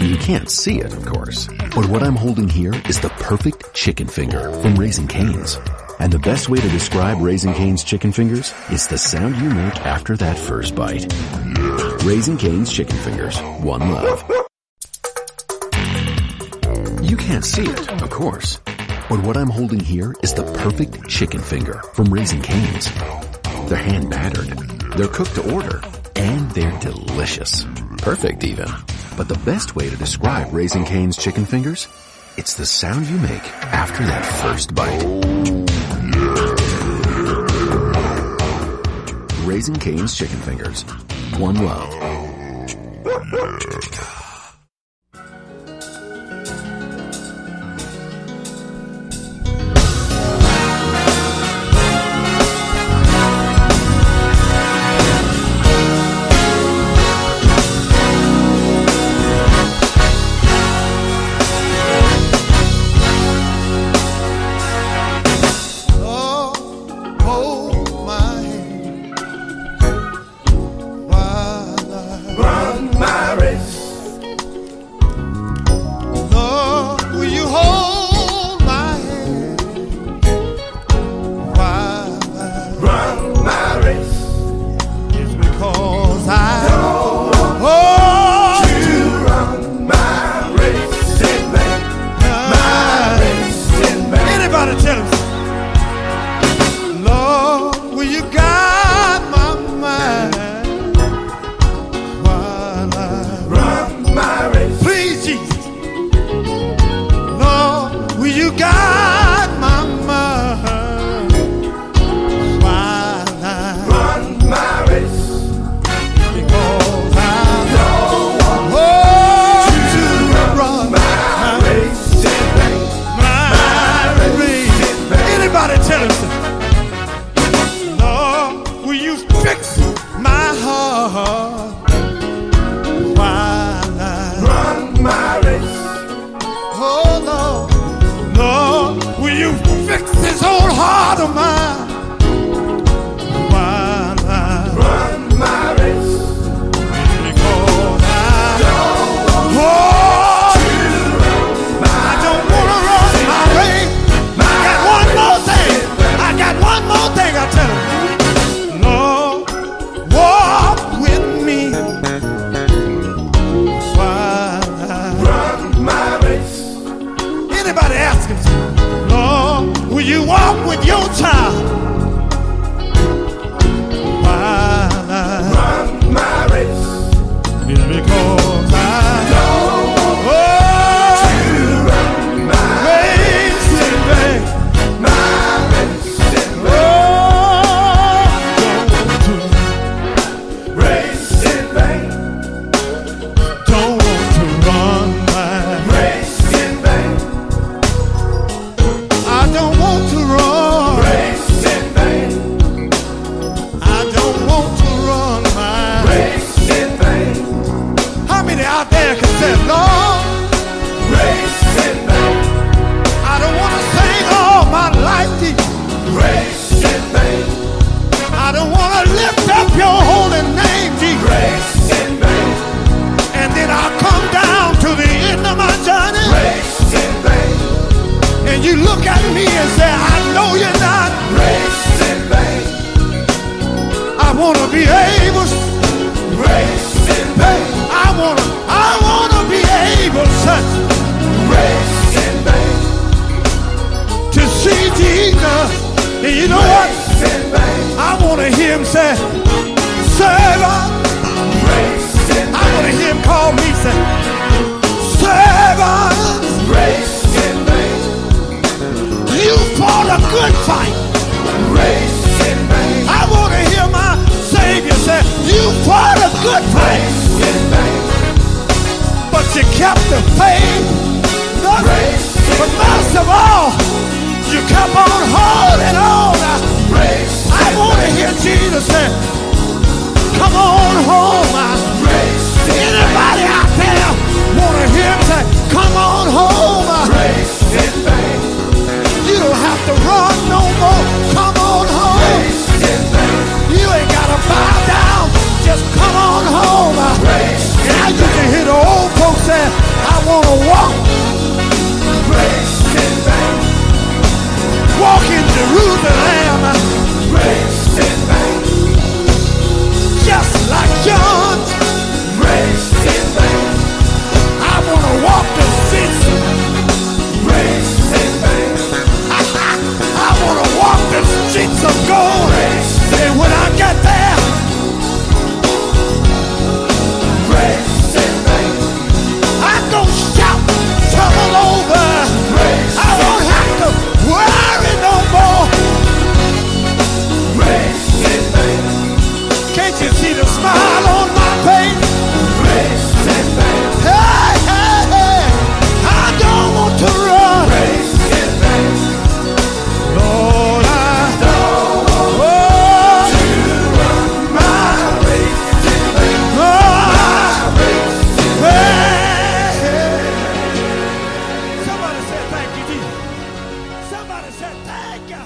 You can't see it, of course, but what I'm holding here is the perfect chicken finger from Raising Cane's. And the best way to describe Raising Cane's chicken fingers is the sound you make after that first bite. Raising Cane's chicken fingers. One love. You can't see it, of course, but what I'm holding here is the perfect chicken finger from Raising Cane's. They're hand battered, they're cooked to order, and they're delicious. Perfect even. But the best way to describe Raising Cane's chicken fingers? It's the sound you make after that first bite. Raising Cane's chicken fingers. One love. Anybody tell him, Lord, will you guide my mind while I run my race? Please, Jesus, Lord, will you guide my mind while I run my race? Because I know to run my race. My race. Anybody tell him, so? Lord, will you fix my heart while I run my race? Oh Lord, Lord, will you fix this old heart of mine while I run my race? Because I oh, I don't wanna run my race. I got one more thing. I got one more thing. I tell him, Lord, walk with me while I run my race. Anybody ask him, Lord, will you walk with your child? While I run my race, it's because I know. Out there can say, Lord, racing back. I don't wanna sing all my life to you. Grace and faith. I don't wanna lift up your holy name, Jesus. Grace and faith. And then I'll come down to the end of my journey. Grace and faith. And you look at me and say, I know you're not. Grace and faith. I wanna be able. Grace and faith. I wanna, I wanna be able such. Grace and faith to see Jesus. And you know what? I want to hear him say, Servant. I want to hear him call me, say, Servant. You fought a good fight. I want to hear my Savior say, You fought a good fight. But you kept the faith. Nothing. But most of all, you kept on holding on. I want to hear Jesus say, Come on home. Anybody out there want to hear him say, Come on home. You don't have to run no more. Come on home. You ain't gotta bow down. Just come on home. Now you can hear the old folks say, want to walk. Racing back. Walk in Jerusalem. Racing back. Just like John. Racing back. I want to walk the city. Racing back. I want to walk the streets of gold. And when I get there. Racing back. I don't shout trouble over. I don't have to worry no more. Can't you see the smile on my face? Hey, hey, hey. I don't want to run. Lord, I don't want to run my race. Somebody said thank you, Jesus. Somebody said thank you.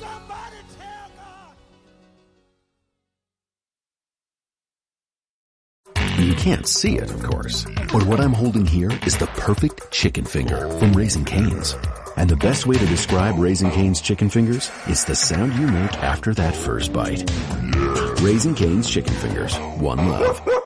Somebody tell God. You can't see it, of course, but what I'm holding here is the perfect chicken finger from Raising Cane's. And the best way to describe Raising Cane's chicken fingers is the sound you make after that first bite. Raising Cane's chicken fingers. One love.